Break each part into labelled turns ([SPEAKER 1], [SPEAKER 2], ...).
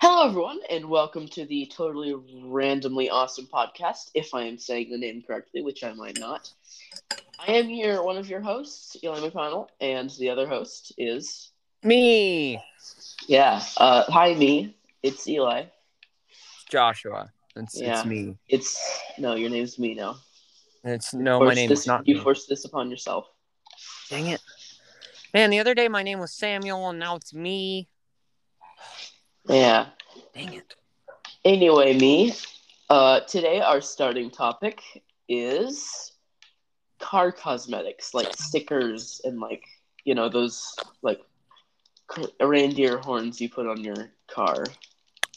[SPEAKER 1] Hello, everyone, and welcome to the totally randomly awesome podcast. If I am saying the name correctly, which I might not, I am here, one of your hosts, Eli McConnell, and the other host is
[SPEAKER 2] Me,
[SPEAKER 1] yeah. Uh, hi, me. It's Eli.
[SPEAKER 2] Joshua. It's,
[SPEAKER 1] Yeah.
[SPEAKER 2] it's me.
[SPEAKER 1] It's no, your name's me now.
[SPEAKER 2] It's no, my
[SPEAKER 1] Forced
[SPEAKER 2] name
[SPEAKER 1] this,
[SPEAKER 2] is not.
[SPEAKER 1] You
[SPEAKER 2] me.
[SPEAKER 1] forced this upon yourself.
[SPEAKER 2] Dang it, man! The other day my name was Samuel, and now it's me.
[SPEAKER 1] Yeah.
[SPEAKER 2] Dang it.
[SPEAKER 1] Anyway, me. Uh, today our starting topic is car cosmetics, like stickers and like you know those like c- reindeer horns you put on your car.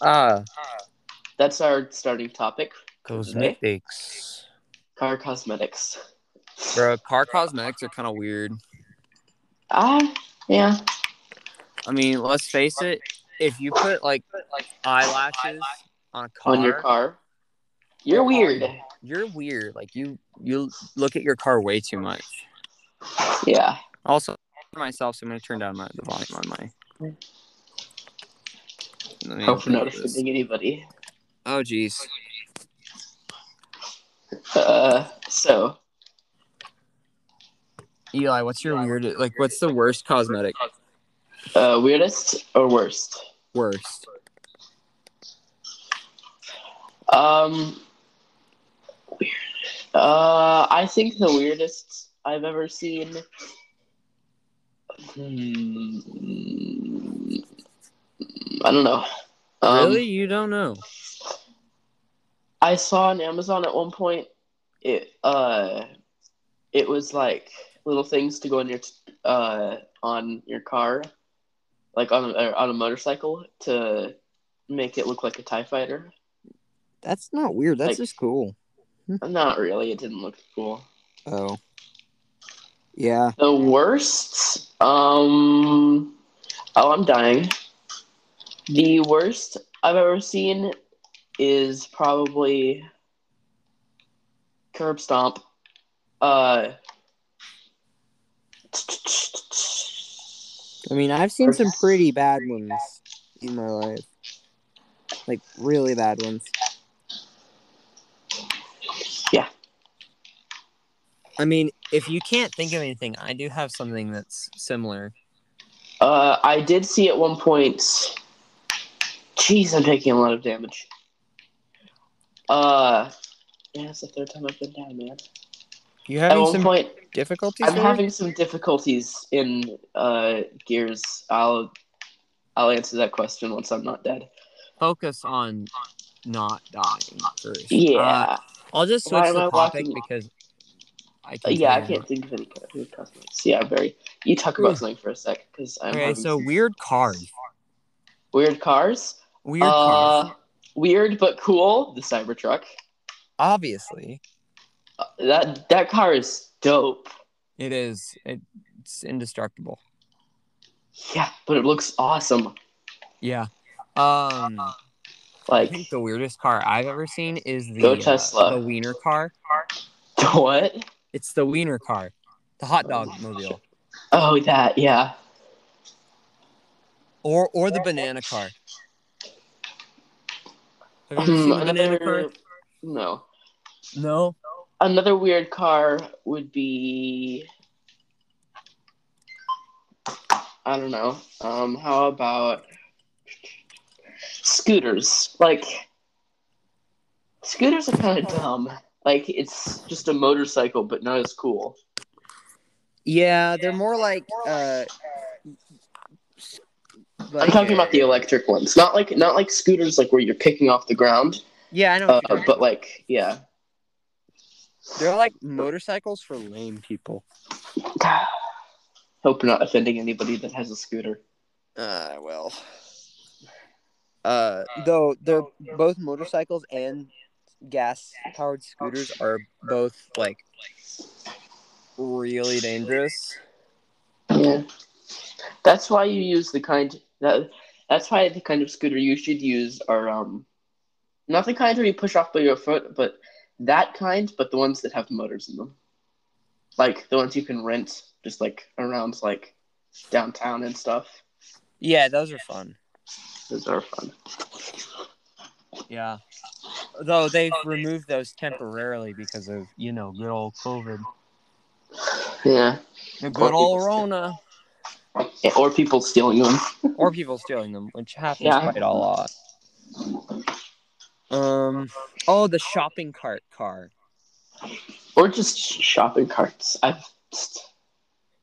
[SPEAKER 2] Ah,
[SPEAKER 1] That's our starting topic. for today.
[SPEAKER 2] cosmetics,
[SPEAKER 1] Car cosmetics.
[SPEAKER 2] bro. Car cosmetics are kind of weird.
[SPEAKER 1] Ah, yeah.
[SPEAKER 2] I mean, let's face it. If you put like eyelashes on a car,
[SPEAKER 1] On your car. You're weird.
[SPEAKER 2] you're weird. Like you, you look at your car way too much.
[SPEAKER 1] Yeah.
[SPEAKER 2] Also, for myself, so I'm gonna turn down my, the volume on my. Let me
[SPEAKER 1] Hope for
[SPEAKER 2] open
[SPEAKER 1] not
[SPEAKER 2] up this.
[SPEAKER 1] offending anybody.
[SPEAKER 2] Oh, jeez.
[SPEAKER 1] Uh, so
[SPEAKER 2] Eli, what's your weird? Like, what's the worst cosmetic?
[SPEAKER 1] uh, weirdest or worst?
[SPEAKER 2] Worst.
[SPEAKER 1] Um, weird. Uh, I think the weirdest I've ever seen. Hmm, I don't know. Um,
[SPEAKER 2] really, you don't know?
[SPEAKER 1] I saw on Amazon at one point. It uh, it was like little things to go on your t- uh on your car, like on a, or on a motorcycle to make it look like a Tie Fighter.
[SPEAKER 2] That's not weird.
[SPEAKER 1] That's Like-
[SPEAKER 2] just cool.
[SPEAKER 1] Not really. It didn't look cool.
[SPEAKER 2] Oh. Yeah.
[SPEAKER 1] The worst. Um. Oh, I'm dying. The worst I've ever seen is probably curb stomp. Uh.
[SPEAKER 2] I mean, I've seen some pretty bad ones in my life. Like really bad ones.
[SPEAKER 1] Yeah.
[SPEAKER 2] I mean, if you can't think of anything, I do have something that's similar.
[SPEAKER 1] Uh, I did see at one point. Jeez, I'm taking a lot of damage. Uh, yeah, it's the third time I've been down, man.
[SPEAKER 2] You
[SPEAKER 1] At
[SPEAKER 2] having
[SPEAKER 1] one
[SPEAKER 2] some
[SPEAKER 1] point,
[SPEAKER 2] difficulties?
[SPEAKER 1] I'm
[SPEAKER 2] there?
[SPEAKER 1] having some difficulties in uh, gears. I'll I'll answer that question once I'm not dead.
[SPEAKER 2] focus on not dying first.
[SPEAKER 1] Yeah,
[SPEAKER 2] Uh, I'll just
[SPEAKER 1] Why
[SPEAKER 2] switch
[SPEAKER 1] am I
[SPEAKER 2] the topic
[SPEAKER 1] walking-
[SPEAKER 2] because I
[SPEAKER 1] Uh,
[SPEAKER 2] can
[SPEAKER 1] yeah, I
[SPEAKER 2] tell you're
[SPEAKER 1] can't think of any kind of cosmetics. Yeah, very. You talk about something for a sec because I'm
[SPEAKER 2] not- Okay,
[SPEAKER 1] having
[SPEAKER 2] so
[SPEAKER 1] some
[SPEAKER 2] weird cars.
[SPEAKER 1] weird cars.
[SPEAKER 2] Weird
[SPEAKER 1] uh,
[SPEAKER 2] cars.
[SPEAKER 1] Weird but cool. The Cybertruck.
[SPEAKER 2] Obviously,
[SPEAKER 1] Uh, that that car is dope.
[SPEAKER 2] it is. It, it's indestructible.
[SPEAKER 1] Yeah, but it looks awesome.
[SPEAKER 2] Yeah. Um, I
[SPEAKER 1] Like
[SPEAKER 2] think the weirdest car I've ever seen is the uh,
[SPEAKER 1] Go Tesla.
[SPEAKER 2] the wiener car.
[SPEAKER 1] what?
[SPEAKER 2] It's the wiener car, the hot dog mobile,
[SPEAKER 1] Oh, that. Yeah.
[SPEAKER 2] or or the banana car. Have you ever
[SPEAKER 1] Hmm,
[SPEAKER 2] seen the banana car?
[SPEAKER 1] another. No.
[SPEAKER 2] No.
[SPEAKER 1] another weird car would be I don't know. Um, how about scooters? Like scooters are kind of dumb. Like it's just a motorcycle, but not as cool.
[SPEAKER 2] Yeah, they're more like uh
[SPEAKER 1] I'm talking about the electric ones, not like not like scooters like where you're kicking off the ground,
[SPEAKER 2] Yeah, I
[SPEAKER 1] uh,
[SPEAKER 2] know. what you're talking
[SPEAKER 1] but like yeah,
[SPEAKER 2] about. they're like motorcycles for lame people.
[SPEAKER 1] hope we're not offending anybody that has a scooter.
[SPEAKER 2] Uh well. Uh though they're both motorcycles and gas powered scooters are both like really dangerous.
[SPEAKER 1] Yeah. That's why you use the kind that that's why the kind of scooter you should use are um not the kind where you push off by your foot, but that kind, but the ones that have motors in them. Like the ones you can rent just like around like downtown and stuff.
[SPEAKER 2] Yeah, those are fun.
[SPEAKER 1] Those are fun.
[SPEAKER 2] Yeah. Though they've removed those temporarily because of, you know, good old COVID.
[SPEAKER 1] Yeah.
[SPEAKER 2] The
[SPEAKER 1] Or
[SPEAKER 2] good old
[SPEAKER 1] people-
[SPEAKER 2] Rona.
[SPEAKER 1] Yeah, Or people stealing them.
[SPEAKER 2] Or people stealing them, which happens
[SPEAKER 1] Yeah.
[SPEAKER 2] quite a lot. Um oh the shopping cart car.
[SPEAKER 1] Or just sh- shopping carts. I've.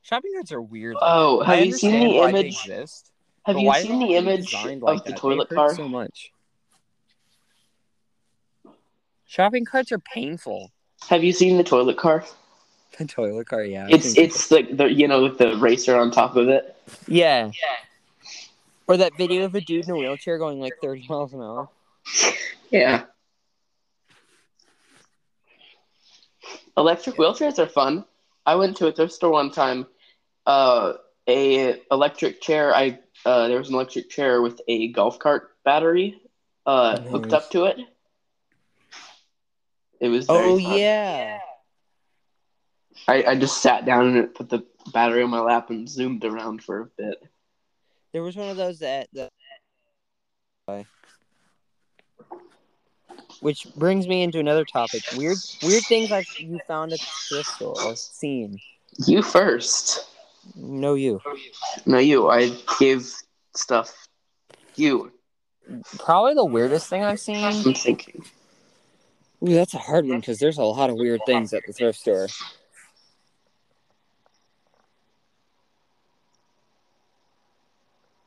[SPEAKER 2] Shopping carts are weird.
[SPEAKER 1] Oh,
[SPEAKER 2] I
[SPEAKER 1] have you seen
[SPEAKER 2] understand
[SPEAKER 1] the
[SPEAKER 2] why they
[SPEAKER 1] image?
[SPEAKER 2] exist,
[SPEAKER 1] Have
[SPEAKER 2] but
[SPEAKER 1] you
[SPEAKER 2] why
[SPEAKER 1] seen
[SPEAKER 2] are
[SPEAKER 1] the
[SPEAKER 2] they
[SPEAKER 1] image
[SPEAKER 2] designed like
[SPEAKER 1] of the
[SPEAKER 2] that? They
[SPEAKER 1] toilet
[SPEAKER 2] hurt
[SPEAKER 1] car?
[SPEAKER 2] So much. Shopping carts are painful.
[SPEAKER 1] Have you seen the toilet car?
[SPEAKER 2] The toilet cart, yeah. I
[SPEAKER 1] It's
[SPEAKER 2] think-
[SPEAKER 1] it's like the you know with the racer on top of it.
[SPEAKER 2] yeah. Or that video of a dude in a wheelchair going like 30 miles an hour.
[SPEAKER 1] Yeah. Electric wheelchairs are fun. I went to a thrift store one time. Uh, a electric chair. I uh, there was an electric chair with a golf cart battery uh, hooked
[SPEAKER 2] Nice.
[SPEAKER 1] up to it. It was. very
[SPEAKER 2] Oh
[SPEAKER 1] fun.
[SPEAKER 2] yeah.
[SPEAKER 1] I, I just sat down and put the battery on my lap and zoomed around for a bit.
[SPEAKER 2] There was one of those that, that which brings me into another topic. Weird weird things I've you found at the thrift store or seen.
[SPEAKER 1] You first.
[SPEAKER 2] No you.
[SPEAKER 1] No, you. I gave stuff. You.
[SPEAKER 2] Probably the weirdest thing I've seen.
[SPEAKER 1] I'm thinking.
[SPEAKER 2] Ooh, that's a hard one because there's a lot of weird things at the thrift store.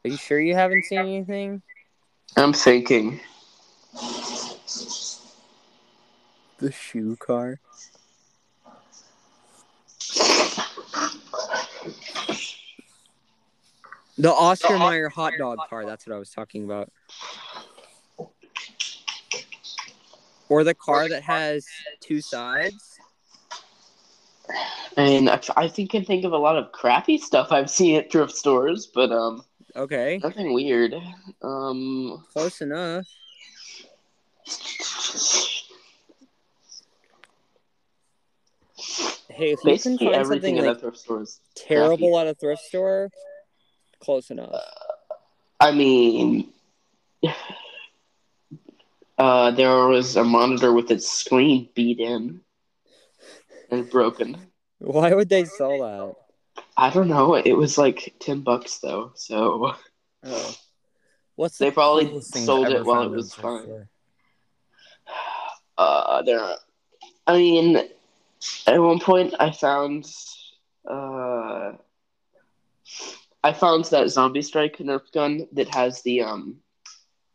[SPEAKER 2] Are you sure you haven't seen anything?
[SPEAKER 1] I'm thinking.
[SPEAKER 2] The shoe car. The Oscar Mayer hot dog car. That's what I was talking about. Or the car that has two sides.
[SPEAKER 1] I mean, I, I think I think of a lot of crappy stuff I've seen at thrift stores, but um,
[SPEAKER 2] Okay,
[SPEAKER 1] nothing weird. Um,
[SPEAKER 2] close enough. Hey, if you can
[SPEAKER 1] basically
[SPEAKER 2] find
[SPEAKER 1] everything
[SPEAKER 2] something
[SPEAKER 1] at
[SPEAKER 2] like
[SPEAKER 1] a thrift store is.
[SPEAKER 2] terrible at a thrift store, close enough.
[SPEAKER 1] I mean, uh, there was a monitor with its screen beat in and broken.
[SPEAKER 2] Why would they sell that?
[SPEAKER 1] I don't know. It was like ten bucks though, so
[SPEAKER 2] Oh. What's
[SPEAKER 1] They
[SPEAKER 2] the
[SPEAKER 1] probably
[SPEAKER 2] coolest thing
[SPEAKER 1] sold
[SPEAKER 2] I've
[SPEAKER 1] it
[SPEAKER 2] ever
[SPEAKER 1] while
[SPEAKER 2] found
[SPEAKER 1] it
[SPEAKER 2] in
[SPEAKER 1] was
[SPEAKER 2] thrift
[SPEAKER 1] fine.
[SPEAKER 2] store?
[SPEAKER 1] uh, there. Are, I mean, at one point I found, uh, I found that zombie strike Nerf gun that has the um,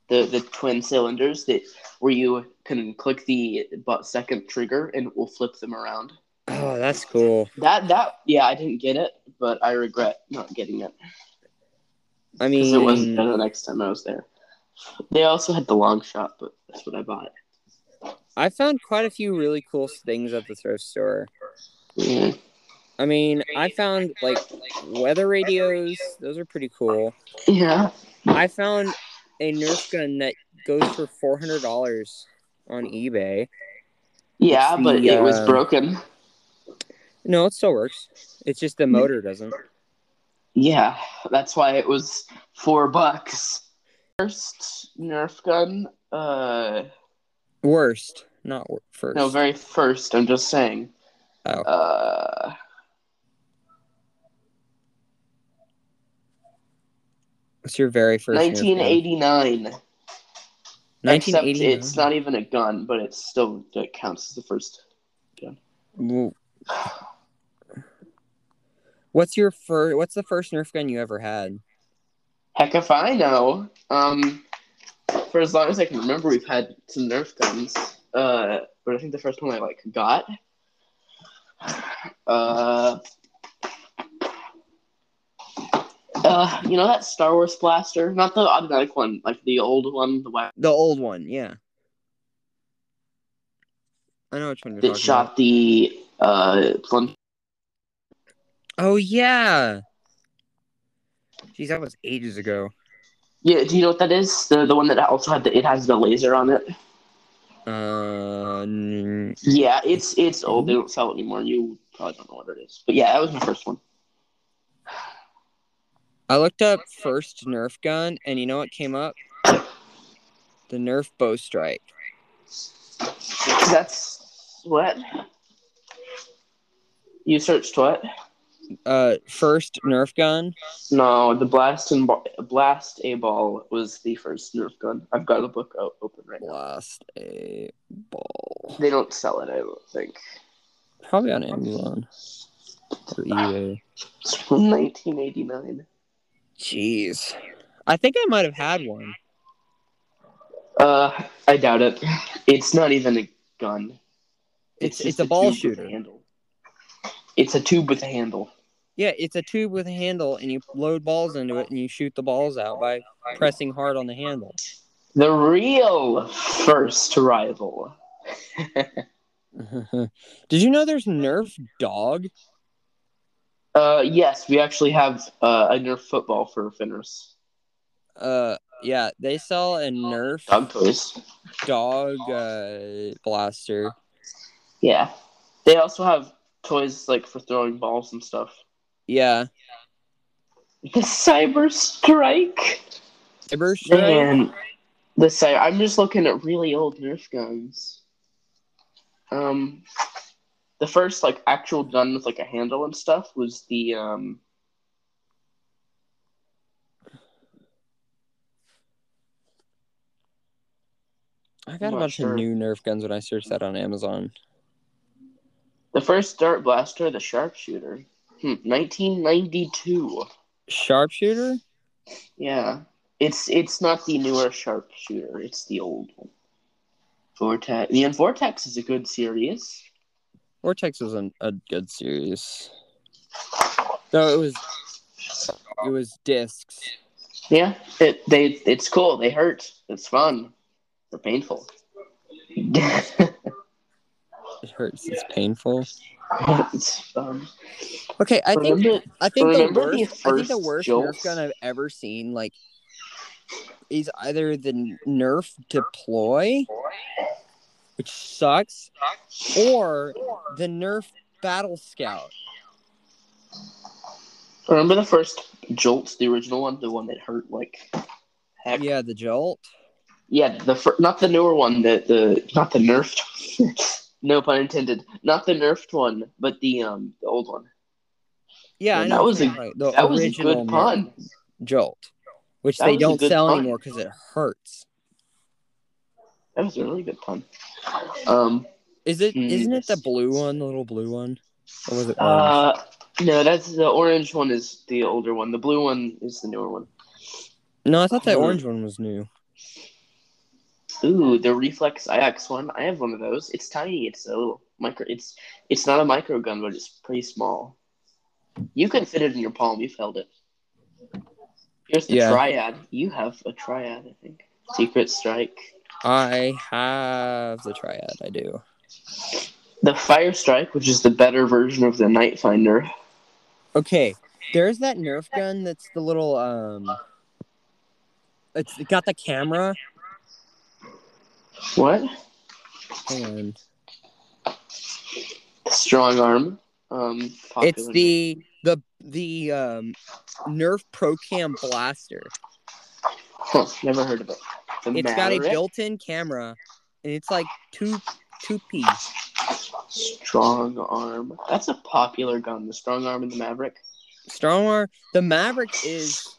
[SPEAKER 1] the the twin cylinders that where you can click the but second trigger and it will flip them around.
[SPEAKER 2] Oh, that's cool.
[SPEAKER 1] That that yeah, I didn't get it, but I regret not getting it
[SPEAKER 2] I
[SPEAKER 1] because
[SPEAKER 2] mean,
[SPEAKER 1] it wasn't there the next time I was there. They also had the long shot, but that's what I bought.
[SPEAKER 2] I found quite a few really cool things at the thrift store.
[SPEAKER 1] Yeah.
[SPEAKER 2] Mm. I mean, I found like weather radios; those are pretty cool.
[SPEAKER 1] Yeah.
[SPEAKER 2] I found a Nerf gun that goes for four hundred dollars on eBay.
[SPEAKER 1] Yeah,
[SPEAKER 2] It's
[SPEAKER 1] but
[SPEAKER 2] the,
[SPEAKER 1] it was
[SPEAKER 2] uh,
[SPEAKER 1] broken.
[SPEAKER 2] No, it still works. It's just the motor doesn't.
[SPEAKER 1] Yeah, that's why it was four bucks. First Nerf gun, uh,
[SPEAKER 2] Worst, not wor- first.
[SPEAKER 1] no, very first. I'm just saying.
[SPEAKER 2] Oh.
[SPEAKER 1] Uh,
[SPEAKER 2] What's your very first? Nerf gun?
[SPEAKER 1] 1989. Except
[SPEAKER 2] 1989.
[SPEAKER 1] it's not even a gun, but it's still it counts as the first.
[SPEAKER 2] Well, What's your first? What's the first Nerf gun you ever had?
[SPEAKER 1] Heck if I know. Um, for as long as I can remember, we've had some Nerf guns. Uh, but I think the first one I like got. Uh, uh, you know that Star Wars blaster, not the automatic one, like the old one, the one
[SPEAKER 2] The old one, yeah. I know which one you're
[SPEAKER 1] that
[SPEAKER 2] talking
[SPEAKER 1] shot the uh plunge.
[SPEAKER 2] about. Oh yeah. Jeez, that was ages ago.
[SPEAKER 1] Yeah, do you know what that is? The the one that also had the it has the laser on it.
[SPEAKER 2] Uh, n-
[SPEAKER 1] Yeah, it's it's old. They don't sell it anymore. You probably don't know what it is, but yeah, that was my first one.
[SPEAKER 2] I looked up first Nerf gun, and you know what came up? The Nerf bow strike.
[SPEAKER 1] That's what? You searched what?
[SPEAKER 2] Uh, first Nerf gun.
[SPEAKER 1] No, the blast and ba- blast a ball was the first Nerf gun. I've got the book o- open right now.
[SPEAKER 2] Blast a ball.
[SPEAKER 1] They don't sell it, I don't think.
[SPEAKER 2] Probably on Amazon or eBay.
[SPEAKER 1] It's from 1989.
[SPEAKER 2] Jeez, I think I might have had one.
[SPEAKER 1] Uh, I doubt it. It's not even a gun.
[SPEAKER 2] It's it's,
[SPEAKER 1] just
[SPEAKER 2] a
[SPEAKER 1] tube
[SPEAKER 2] ball
[SPEAKER 1] with a
[SPEAKER 2] shooter.
[SPEAKER 1] handle. It's a tube with a handle.
[SPEAKER 2] Yeah, it's a tube with a handle, and you load balls into it, and you shoot the balls out by pressing hard on the handle.
[SPEAKER 1] The real first rival.
[SPEAKER 2] Did you know there's Nerf dog?
[SPEAKER 1] Uh, yes, we actually have uh, a Nerf football for Fenris.
[SPEAKER 2] Uh, yeah, they sell a Nerf
[SPEAKER 1] Dog toys.
[SPEAKER 2] dog uh, blaster.
[SPEAKER 1] Yeah. They also have toys like for throwing balls and stuff.
[SPEAKER 2] Yeah,
[SPEAKER 1] The Cyber Strike.
[SPEAKER 2] Cyber Strike.
[SPEAKER 1] Man, the cy- I'm just looking at really old Nerf guns. Um, the first like actual gun with like a handle and stuff was the um.
[SPEAKER 2] I
[SPEAKER 1] I'm
[SPEAKER 2] got a
[SPEAKER 1] not
[SPEAKER 2] bunch
[SPEAKER 1] sure.
[SPEAKER 2] of new Nerf guns when I searched that on Amazon.
[SPEAKER 1] The first dart blaster, the sharpshooter, hmm, 1992.
[SPEAKER 2] Sharpshooter?
[SPEAKER 1] Yeah, it's it's not the newer sharpshooter; it's the old one. Vortex. The Vortex is a good series.
[SPEAKER 2] Vortex was an, a good series. Though it was it was discs.
[SPEAKER 1] Yeah, it they it's cool. They hurt. It's fun. They're painful.
[SPEAKER 2] It hurts. It's painful.
[SPEAKER 1] it's fun.
[SPEAKER 2] Okay, I think
[SPEAKER 1] um, remember,
[SPEAKER 2] I think the
[SPEAKER 1] Remember the
[SPEAKER 2] worst, I think the
[SPEAKER 1] first
[SPEAKER 2] worst
[SPEAKER 1] jolts?
[SPEAKER 2] Nerf gun I've ever seen, like, is either the Nerf deploy, which sucks, or the Nerf Battle Scout.
[SPEAKER 1] remember the first Jolt, the original one, the one that hurt like heck. Yeah,
[SPEAKER 2] Yeah, the Jolt.
[SPEAKER 1] the fir- not the newer one, the the not the nerfed. no pun intended. Not the nerfed one, but the um the old one.
[SPEAKER 2] Yeah, I
[SPEAKER 1] That
[SPEAKER 2] know what
[SPEAKER 1] was
[SPEAKER 2] you're
[SPEAKER 1] a-
[SPEAKER 2] talking about, the
[SPEAKER 1] that was a
[SPEAKER 2] original
[SPEAKER 1] good
[SPEAKER 2] Nerf
[SPEAKER 1] pun.
[SPEAKER 2] Jolt, which
[SPEAKER 1] That
[SPEAKER 2] they
[SPEAKER 1] was a
[SPEAKER 2] don't
[SPEAKER 1] good
[SPEAKER 2] sell
[SPEAKER 1] pun.
[SPEAKER 2] anymore because it hurts.
[SPEAKER 1] That was a really good pun. Um,
[SPEAKER 2] Is it?
[SPEAKER 1] Hmm.
[SPEAKER 2] Isn't it the blue one, the little blue one, or was it? orange?
[SPEAKER 1] uh, no, that's the orange one is the older one. The blue one is the newer one.
[SPEAKER 2] no, I thought that
[SPEAKER 1] uh,
[SPEAKER 2] orange one was new.
[SPEAKER 1] Ooh, the Reflex IX one. I have one of those. It's tiny. It's a little micro. It's it's not a micro gun, but it's pretty small. You can fit it in your palm. You've held it. Here's the
[SPEAKER 2] Yeah.
[SPEAKER 1] triad. You have a triad, I think. Secret Strike.
[SPEAKER 2] I have the triad. I do.
[SPEAKER 1] The Fire Strike, which is the better version of the Night Finder.
[SPEAKER 2] Okay, there's that Nerf gun that's the little um, it's it got the camera.
[SPEAKER 1] What?
[SPEAKER 2] Hang on.
[SPEAKER 1] Strong Arm. Um,
[SPEAKER 2] It's
[SPEAKER 1] popular.
[SPEAKER 2] the the the um Nerf Pro Cam blaster.
[SPEAKER 1] Huh, never heard of it. The
[SPEAKER 2] It's got a
[SPEAKER 1] Maverick.
[SPEAKER 2] built-in camera, and it's like two two piece.
[SPEAKER 1] Strong Arm. That's a popular gun. The Strong Arm and the Maverick.
[SPEAKER 2] Stronger. The Maverick is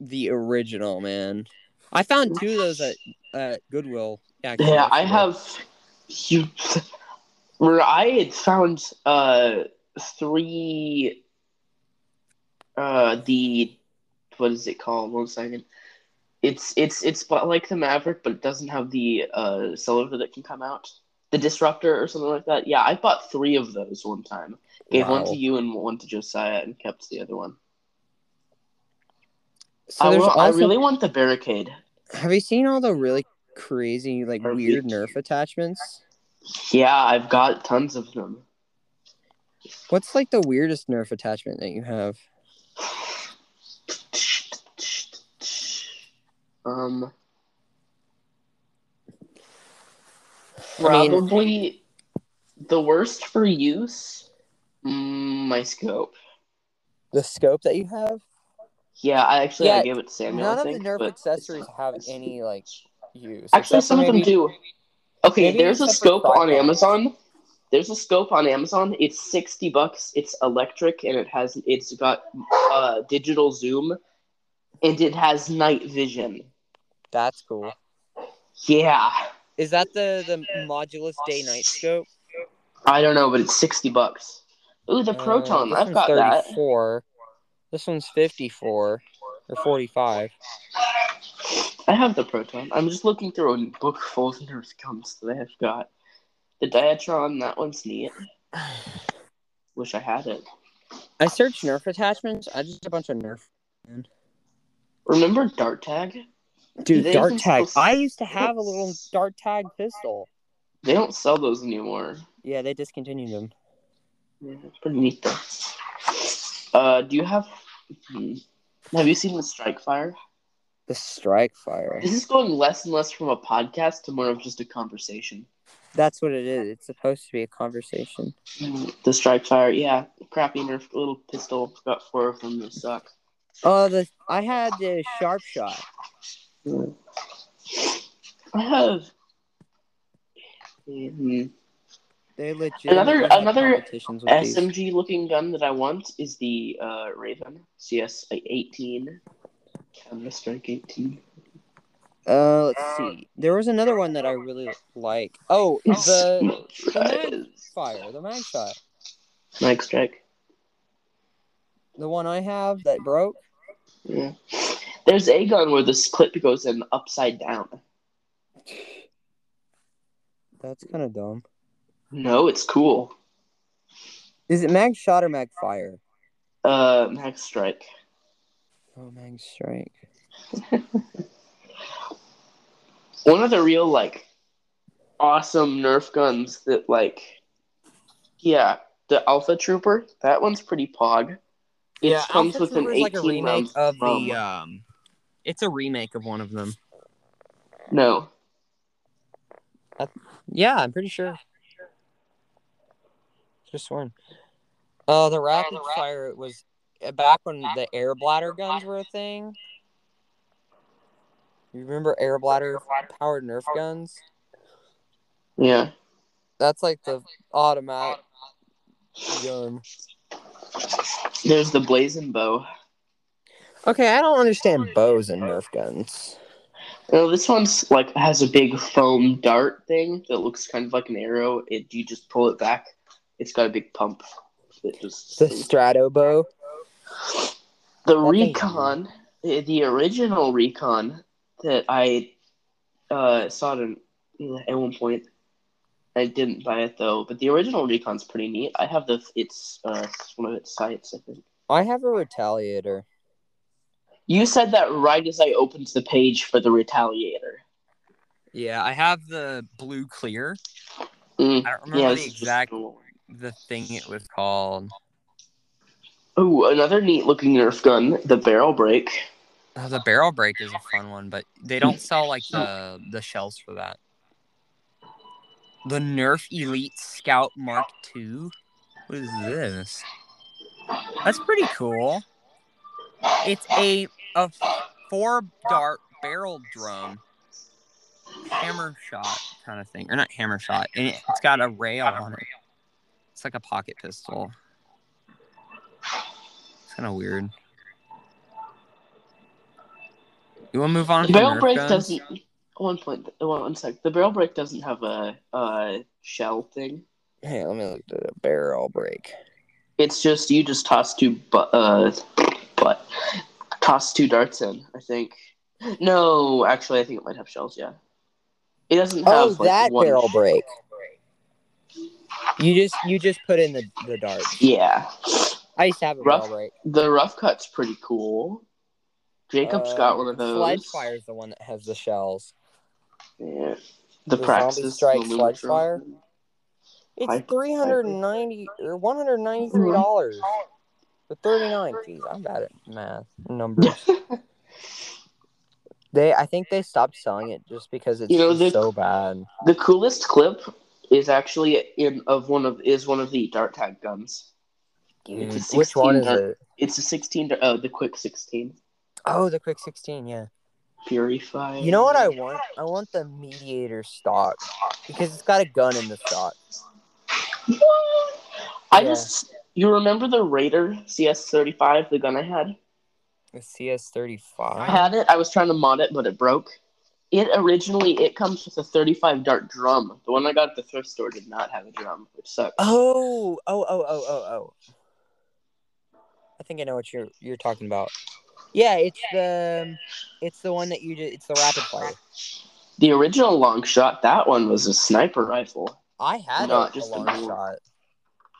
[SPEAKER 2] the original man. I found two of those at, at Goodwill. actually,
[SPEAKER 1] Yeah, I
[SPEAKER 2] yesterday.
[SPEAKER 1] have. You, where I had found uh three. Uh, the what is it called? One second. It's it's it's like the Maverick, but it doesn't have the uh cylinder that can come out. The disruptor or something like that. Yeah, I bought three of those one time. Gave one
[SPEAKER 2] Wow.
[SPEAKER 1] to you and one to Josiah, and kept the other one.
[SPEAKER 2] So
[SPEAKER 1] I,
[SPEAKER 2] there's
[SPEAKER 1] will- I
[SPEAKER 2] also-
[SPEAKER 1] really want the barricade.
[SPEAKER 2] Have you seen all the really crazy, like
[SPEAKER 1] Or
[SPEAKER 2] weird
[SPEAKER 1] leaks.
[SPEAKER 2] Nerf attachments?
[SPEAKER 1] Yeah, I've got tons of them.
[SPEAKER 2] What's like the weirdest Nerf attachment that you have?
[SPEAKER 1] Um,
[SPEAKER 2] I mean-
[SPEAKER 1] probably the worst for use. mm, My scope.
[SPEAKER 2] The scope that you have?
[SPEAKER 1] Yeah, I actually
[SPEAKER 2] Yeah,
[SPEAKER 1] I gave it to Samuel.
[SPEAKER 2] None
[SPEAKER 1] I
[SPEAKER 2] of
[SPEAKER 1] think,
[SPEAKER 2] the Nerf
[SPEAKER 1] but-
[SPEAKER 2] accessories have any like use.
[SPEAKER 1] Actually,
[SPEAKER 2] except for
[SPEAKER 1] some of them
[SPEAKER 2] maybe-
[SPEAKER 1] do. Okay,
[SPEAKER 2] maybe
[SPEAKER 1] there's a
[SPEAKER 2] except for
[SPEAKER 1] scope
[SPEAKER 2] Five
[SPEAKER 1] on
[SPEAKER 2] Eyes.
[SPEAKER 1] Amazon. There's a scope on Amazon. It's sixty bucks. It's electric, and it has it's got uh, digital zoom, and it has night vision.
[SPEAKER 2] That's cool.
[SPEAKER 1] Yeah,
[SPEAKER 2] Is that the the modulus day night scope?
[SPEAKER 1] I don't know, but it's sixty bucks. Ooh, the
[SPEAKER 2] Uh,
[SPEAKER 1] proton.
[SPEAKER 2] this
[SPEAKER 1] I've
[SPEAKER 2] one's
[SPEAKER 1] got that.
[SPEAKER 2] 34. This one's 54 or 45.
[SPEAKER 1] I have the proton. I'm just looking through a book full of Nerf guns that I've got. The diatron. That one's neat. Wish I had it.
[SPEAKER 2] I searched Nerf attachments. I just a bunch of Nerf.
[SPEAKER 1] Remember dart tag?
[SPEAKER 2] Dude,
[SPEAKER 1] They
[SPEAKER 2] dart
[SPEAKER 1] even
[SPEAKER 2] tag.
[SPEAKER 1] still-
[SPEAKER 2] I used to have a little dart tag pistol.
[SPEAKER 1] They don't sell those anymore.
[SPEAKER 2] Yeah, they discontinued them.
[SPEAKER 1] Yeah, it's pretty neat though. Uh, do you have? hmm. Have you seen the strike fire?
[SPEAKER 2] The strike fire.
[SPEAKER 1] This is going less and less from a podcast to more of just a conversation.
[SPEAKER 2] That's what it is. It's supposed to be a conversation.
[SPEAKER 1] Hmm, The strike fire, yeah, crappy Nerf little pistol. Got four of them. They suck.
[SPEAKER 2] Oh, the I had the sharp shot.
[SPEAKER 1] I have. hmm,
[SPEAKER 2] They legit
[SPEAKER 1] Another- another
[SPEAKER 2] competitions with these.
[SPEAKER 1] SMG looking gun that I want is the uh, Raven CS 18. Counter Strike 18.
[SPEAKER 2] Uh, let's see. There was another one that I really like. Oh, the fire, the mag shot,
[SPEAKER 1] Mike Strike.
[SPEAKER 2] the one I have that broke.
[SPEAKER 1] Yeah. There's a gun where this clip goes in upside down.
[SPEAKER 2] That's kind of dumb.
[SPEAKER 1] No, it's cool.
[SPEAKER 2] Is it mag shot or mag fire?
[SPEAKER 1] Uh, Max Strike.
[SPEAKER 2] Oh, mag strike.
[SPEAKER 1] One of the real like awesome Nerf guns that like, yeah, the Alpha Trooper. That one's pretty pog. It comes with an 18 round thumb.
[SPEAKER 2] um. It's a remake of one of them.
[SPEAKER 1] No,
[SPEAKER 2] Yeah, I'm pretty sure. Just one. Uh, the rapid fire it was uh, back when the air bladder guns were a thing. You remember air bladder powered Nerf guns?
[SPEAKER 1] yeah,
[SPEAKER 2] That's like the automatic gun.
[SPEAKER 1] there's the Blazing Bow.
[SPEAKER 2] Okay, I don't understand bows and Nerf guns.
[SPEAKER 1] No, this one's like has a big foam dart thing that looks kind of like an arrow. It you just pull it back. It's got a big pump. It just
[SPEAKER 2] The strato bow.
[SPEAKER 1] the
[SPEAKER 2] That thing's
[SPEAKER 1] recon, the, the original recon that I uh, saw it in, at one point. I didn't buy it though, but the original recon's pretty neat. I have the it's uh, it's one of its sights. I think
[SPEAKER 2] I have a retaliator.
[SPEAKER 1] you said that right as I opened the page for the retaliator.
[SPEAKER 2] Yeah, I have the blue clear.
[SPEAKER 1] Mm,
[SPEAKER 2] I don't
[SPEAKER 1] yeah, this is just cool.
[SPEAKER 2] the thing it was called.
[SPEAKER 1] Ooh, another neat looking Nerf gun, the barrel break.
[SPEAKER 2] Oh, the barrel break is a fun one, but they don't sell like the the shells for that. The Nerf Elite Scout Mark II. What is this? That's pretty cool. It's a a four dart barrel drum hammer shot kind of thing, or not hammer shot, and it, it's got a rail on it. It's like a pocket pistol. It's kind of weird. You want to move on?
[SPEAKER 1] The
[SPEAKER 2] from
[SPEAKER 1] barrel
[SPEAKER 2] Nerf
[SPEAKER 1] break
[SPEAKER 2] guns?
[SPEAKER 1] doesn't. One point. One, one sec. The barrel break doesn't have a, a shell thing.
[SPEAKER 2] Hey, let me look at the barrel break.
[SPEAKER 1] It's just you just toss two but uh but toss two darts in, I think. No, actually I think it might have shells, yeah. It doesn't have
[SPEAKER 2] Oh,
[SPEAKER 1] like
[SPEAKER 2] that
[SPEAKER 1] one
[SPEAKER 2] barrel break. You just you just put in the the dart.
[SPEAKER 1] Yeah.
[SPEAKER 2] I used to have a
[SPEAKER 1] Rough
[SPEAKER 2] barrel break.
[SPEAKER 1] The rough cut's pretty cool. Jacob's
[SPEAKER 2] Uh,
[SPEAKER 1] got one of those.
[SPEAKER 2] Sludge fire is the one that has the shells.
[SPEAKER 1] Yeah. The,
[SPEAKER 2] The zombie
[SPEAKER 1] Praxis
[SPEAKER 2] strike
[SPEAKER 1] the
[SPEAKER 2] sludge
[SPEAKER 1] Lumitron.
[SPEAKER 2] fire?
[SPEAKER 1] I- Mm-hmm.
[SPEAKER 2] It's three hundred and ninety or one hundred ninety three dollars. The thirty nine. Jeez, I'm bad at math numbers. they, I think they stopped selling it just because it's
[SPEAKER 1] You know,
[SPEAKER 2] just
[SPEAKER 1] the-
[SPEAKER 2] so bad.
[SPEAKER 1] The coolest clip is actually in of one of is one of the dart tag guns.
[SPEAKER 2] Dude,
[SPEAKER 1] It's a
[SPEAKER 2] which
[SPEAKER 1] 16
[SPEAKER 2] one is
[SPEAKER 1] dart-
[SPEAKER 2] it?
[SPEAKER 1] It's a uh, sixteen. dar- Oh, the quick sixteen.
[SPEAKER 2] Oh, the quick sixteen. Yeah.
[SPEAKER 1] Purify.
[SPEAKER 2] You know what I want? I want the mediator stock because it's got a gun in the stock.
[SPEAKER 1] I
[SPEAKER 2] Yeah.
[SPEAKER 1] just you remember the Raider CS thirty five, the gun I had?
[SPEAKER 2] The CS35.
[SPEAKER 1] I had it. I was trying to mod it, but it broke. It originally it comes with a 35 dart drum. The one I got at the thrift store did not have a drum, which sucks.
[SPEAKER 2] Oh, oh, oh, oh, oh, oh. I think I know what you're you're talking about. Yeah, it's the it's the one that you did. It's the rapid fire.
[SPEAKER 1] The original long shot, that one was a sniper rifle
[SPEAKER 2] I had
[SPEAKER 1] Not
[SPEAKER 2] a,
[SPEAKER 1] just
[SPEAKER 2] a
[SPEAKER 1] the
[SPEAKER 2] long
[SPEAKER 1] little
[SPEAKER 2] shot.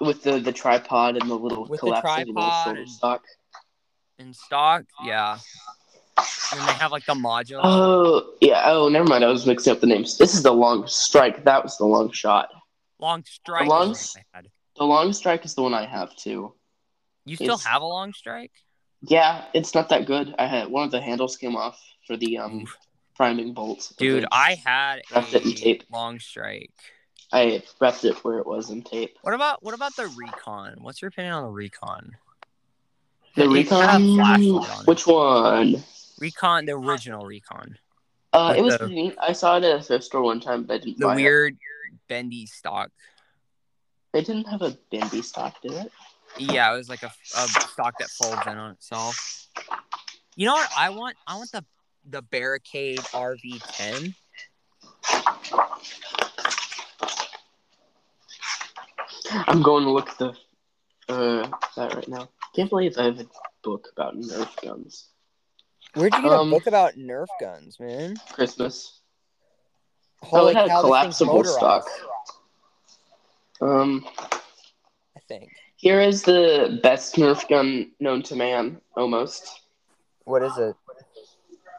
[SPEAKER 1] with the, the tripod and the little
[SPEAKER 2] With the
[SPEAKER 1] collapsing
[SPEAKER 2] tripod
[SPEAKER 1] shoulder
[SPEAKER 2] and-
[SPEAKER 1] stock.
[SPEAKER 2] in stock. Yeah, and they have like the module.
[SPEAKER 1] Oh yeah. Oh, never mind. I was mixing up the names. This is the long strike. That was the long shot.
[SPEAKER 2] long strike.
[SPEAKER 1] The long-
[SPEAKER 2] is what I had.
[SPEAKER 1] The long strike is the one I have too.
[SPEAKER 2] You still
[SPEAKER 1] it's-
[SPEAKER 2] have a long strike?
[SPEAKER 1] Yeah, it's not that good. I had one of the handles came off for the um priming bolt.
[SPEAKER 2] Dude, I had
[SPEAKER 1] Wrapped it in
[SPEAKER 2] a
[SPEAKER 1] E tape.
[SPEAKER 2] long strike.
[SPEAKER 1] I wrapped it where it was in tape.
[SPEAKER 2] What about what about the recon? What's your opinion on the recon?
[SPEAKER 1] The
[SPEAKER 2] It had a
[SPEAKER 1] recon.
[SPEAKER 2] flashlight on it.
[SPEAKER 1] Which one?
[SPEAKER 2] Recon, the original recon.
[SPEAKER 1] Uh, it
[SPEAKER 2] Like
[SPEAKER 1] was
[SPEAKER 2] the-
[SPEAKER 1] pretty neat. I saw it at a thrift store one time, but I didn't
[SPEAKER 2] The
[SPEAKER 1] buy it.
[SPEAKER 2] weird bendy stock.
[SPEAKER 1] They didn't have a bendy stock, did it?
[SPEAKER 2] Yeah, it was like a, a stock that folds in on itself. You know what I want? I want the the barricade RV10.
[SPEAKER 1] I'm going to look at the uh that right now. Can't believe I have a book about Nerf guns.
[SPEAKER 2] Where'd you get
[SPEAKER 1] Um,
[SPEAKER 2] a book about Nerf guns, man?
[SPEAKER 1] Christmas.
[SPEAKER 2] Holy
[SPEAKER 1] oh, it had
[SPEAKER 2] cow,
[SPEAKER 1] a
[SPEAKER 2] this thing's
[SPEAKER 1] collapsible
[SPEAKER 2] motorized,
[SPEAKER 1] stock. Um,
[SPEAKER 2] I think.
[SPEAKER 1] here is the best Nerf gun known to man, almost
[SPEAKER 2] What is it?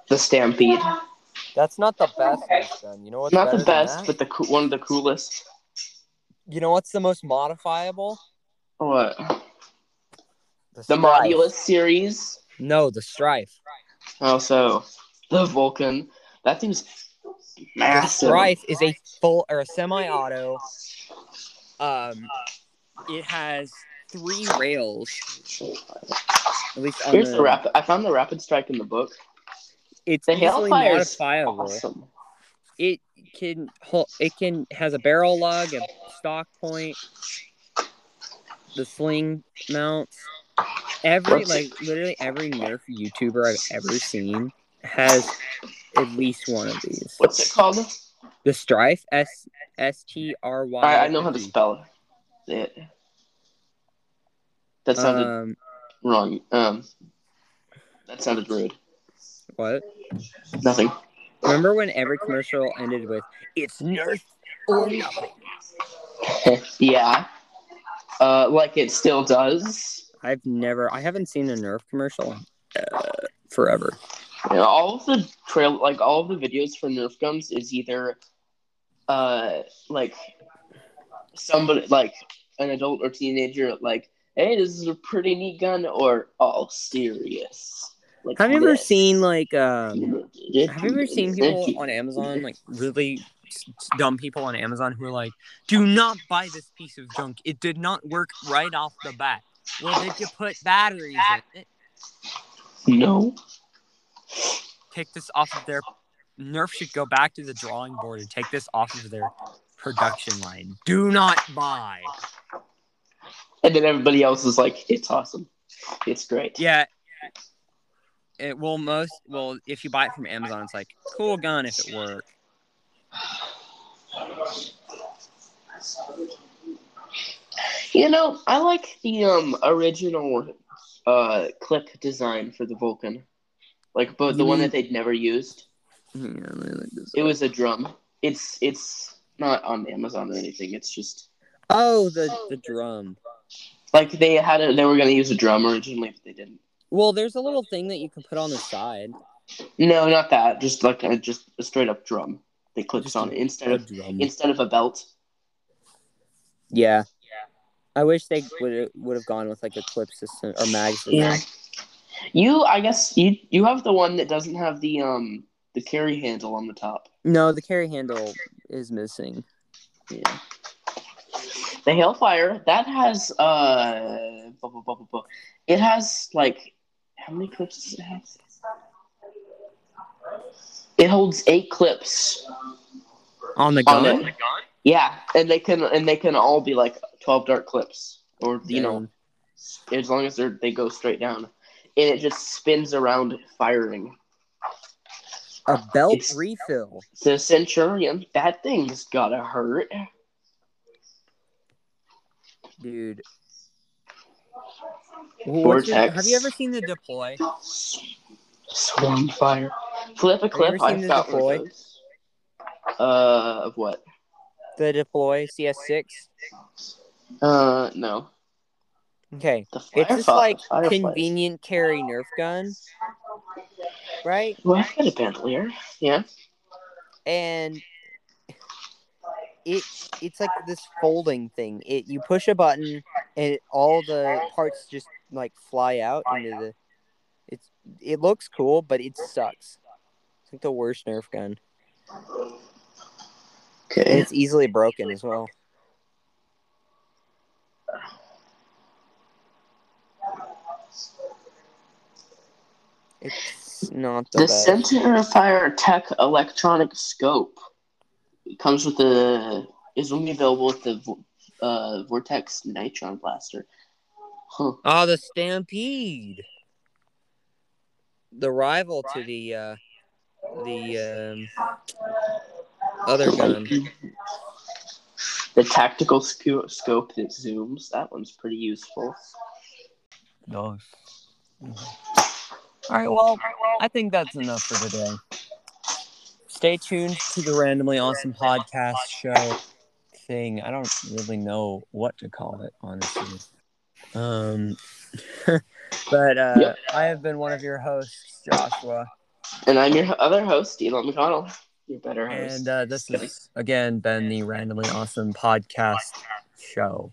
[SPEAKER 1] the Stampede.
[SPEAKER 2] That's not the best Nerf gun. You know what's
[SPEAKER 1] Not the
[SPEAKER 2] better than
[SPEAKER 1] best,
[SPEAKER 2] that?
[SPEAKER 1] but the coo- one of the coolest.
[SPEAKER 2] you know what's the most modifiable?
[SPEAKER 1] What? The
[SPEAKER 2] Strife.
[SPEAKER 1] Modulus series.
[SPEAKER 2] No, the strife.
[SPEAKER 1] Also, the Vulcan. That thing's
[SPEAKER 2] The
[SPEAKER 1] massive.
[SPEAKER 2] strife is a full or a semi-auto. Um, it has three rails. At least on
[SPEAKER 1] Here's
[SPEAKER 2] the,
[SPEAKER 1] the rapid. I found the rapid strike in the book.
[SPEAKER 2] It's
[SPEAKER 1] The
[SPEAKER 2] easily
[SPEAKER 1] Hellfire is
[SPEAKER 2] modifiable.
[SPEAKER 1] Awesome.
[SPEAKER 2] It can hol- it can has a barrel lug, a stock point, the sling mounts. Every
[SPEAKER 1] What's-
[SPEAKER 2] like literally every Nerf YouTuber I've ever seen has at least one of these.
[SPEAKER 1] What's it called?
[SPEAKER 2] The strife S S T R Y. E.
[SPEAKER 1] I, I know how to spell it. it. That sounded
[SPEAKER 2] Um,
[SPEAKER 1] wrong. Um, that sounded rude.
[SPEAKER 2] what?
[SPEAKER 1] Nothing.
[SPEAKER 2] Remember when every commercial ended with "It's Nerf or nothing"?
[SPEAKER 1] yeah. Uh, like it still does.
[SPEAKER 2] I've never, I haven't seen a Nerf commercial uh, forever.
[SPEAKER 1] You know, all of the trail, like all of the videos for Nerf guns, is either, uh, like somebody, like an adult or teenager, like, hey, this is a pretty neat gun, or all serious. Like,
[SPEAKER 2] Have you ever
[SPEAKER 1] this.
[SPEAKER 2] seen like, um, have you ever seen people on Amazon, like really s- s- dumb people on Amazon who are like, "Do not buy this piece of junk. It did not work right off the bat." Well, did you put batteries in it?
[SPEAKER 1] No.
[SPEAKER 2] Take this off of their. Nerf should go back to the drawing board and take this off of their production line. Do not buy.
[SPEAKER 1] And then everybody else is like, it's awesome. It's great.
[SPEAKER 2] Yeah. It will most well if you buy it from Amazon, it's like cool gun if it works.
[SPEAKER 1] You know, I like the um original uh clip design for the Vulcan. Like but the
[SPEAKER 2] You
[SPEAKER 1] one
[SPEAKER 2] mean-
[SPEAKER 1] that they'd never used. It was a drum. It's it's not on Amazon or anything. It's just
[SPEAKER 2] oh, the the drum.
[SPEAKER 1] like they had a, they were gonna use a drum originally, but they didn't.
[SPEAKER 2] Well, there's a little thing that you can put on the side.
[SPEAKER 1] No, not that. Just like a, just a straight up drum. They clips
[SPEAKER 2] Just
[SPEAKER 1] on
[SPEAKER 2] a-
[SPEAKER 1] it instead
[SPEAKER 2] A
[SPEAKER 1] of
[SPEAKER 2] drum.
[SPEAKER 1] instead of a belt.
[SPEAKER 2] Yeah. I wish they would would have gone with like a clip system or mag system.
[SPEAKER 1] Yeah. You, I guess you you have the one that doesn't have the um the carry handle on the top.
[SPEAKER 2] No, the carry handle is missing.
[SPEAKER 1] Yeah. The Hailfire that has uh, blah, blah, blah, blah, blah. it has like how many clips does it have? It holds eight clips
[SPEAKER 2] on the
[SPEAKER 1] on
[SPEAKER 2] gun.
[SPEAKER 1] it. Yeah, and they can and they can all be like twelve dart clips, or you know,
[SPEAKER 2] Damn.
[SPEAKER 1] as long as they are they go straight down, and it just spins around firing.
[SPEAKER 2] a belt
[SPEAKER 1] It's-
[SPEAKER 2] refill.
[SPEAKER 1] The Centurion, that thing's gotta hurt.
[SPEAKER 2] dude. What's your- have you
[SPEAKER 1] Vortex.
[SPEAKER 2] ever seen the deploy?
[SPEAKER 1] Swarm fire. Flip a clip.
[SPEAKER 2] ever seen
[SPEAKER 1] I've
[SPEAKER 2] the
[SPEAKER 1] got one
[SPEAKER 2] deploy?
[SPEAKER 1] of those. Uh, of what?
[SPEAKER 2] The deploy CS6.
[SPEAKER 1] Uh, no.
[SPEAKER 2] Okay,
[SPEAKER 1] The
[SPEAKER 2] it's just
[SPEAKER 1] Firefly-
[SPEAKER 2] like
[SPEAKER 1] Firefly.
[SPEAKER 2] convenient carry Nerf gun, right?
[SPEAKER 1] Well, I've got a bandolier. Yeah.
[SPEAKER 2] And it it's like this folding thing. It you push a button and it, all the parts just like fly out into the. It's it looks cool, but it sucks. It's like the worst Nerf gun. And
[SPEAKER 1] Okay.
[SPEAKER 2] it's easily broken as well. It's not the,
[SPEAKER 1] The
[SPEAKER 2] best.
[SPEAKER 1] Center of Fire Tech Electronic Scope it comes with the is only available with the vo- uh, Vortex Nitron Blaster. Huh.
[SPEAKER 2] oh, the Stampede, the rival to the uh, the um, other gun.
[SPEAKER 1] The tactical sco- scope that zooms. That one's pretty useful.
[SPEAKER 2] Nice. All right, well, I think that's enough for today. Stay tuned to the Randomly Awesome Podcast Show thing. I don't really know what to call it, honestly. Um, but uh,
[SPEAKER 1] Yep.
[SPEAKER 2] I have been one of your hosts, Joshua,
[SPEAKER 1] And I'm your other host, Elon McConnell. Your better host.
[SPEAKER 2] and uh, this is again been the Randomly Awesome Podcast Show.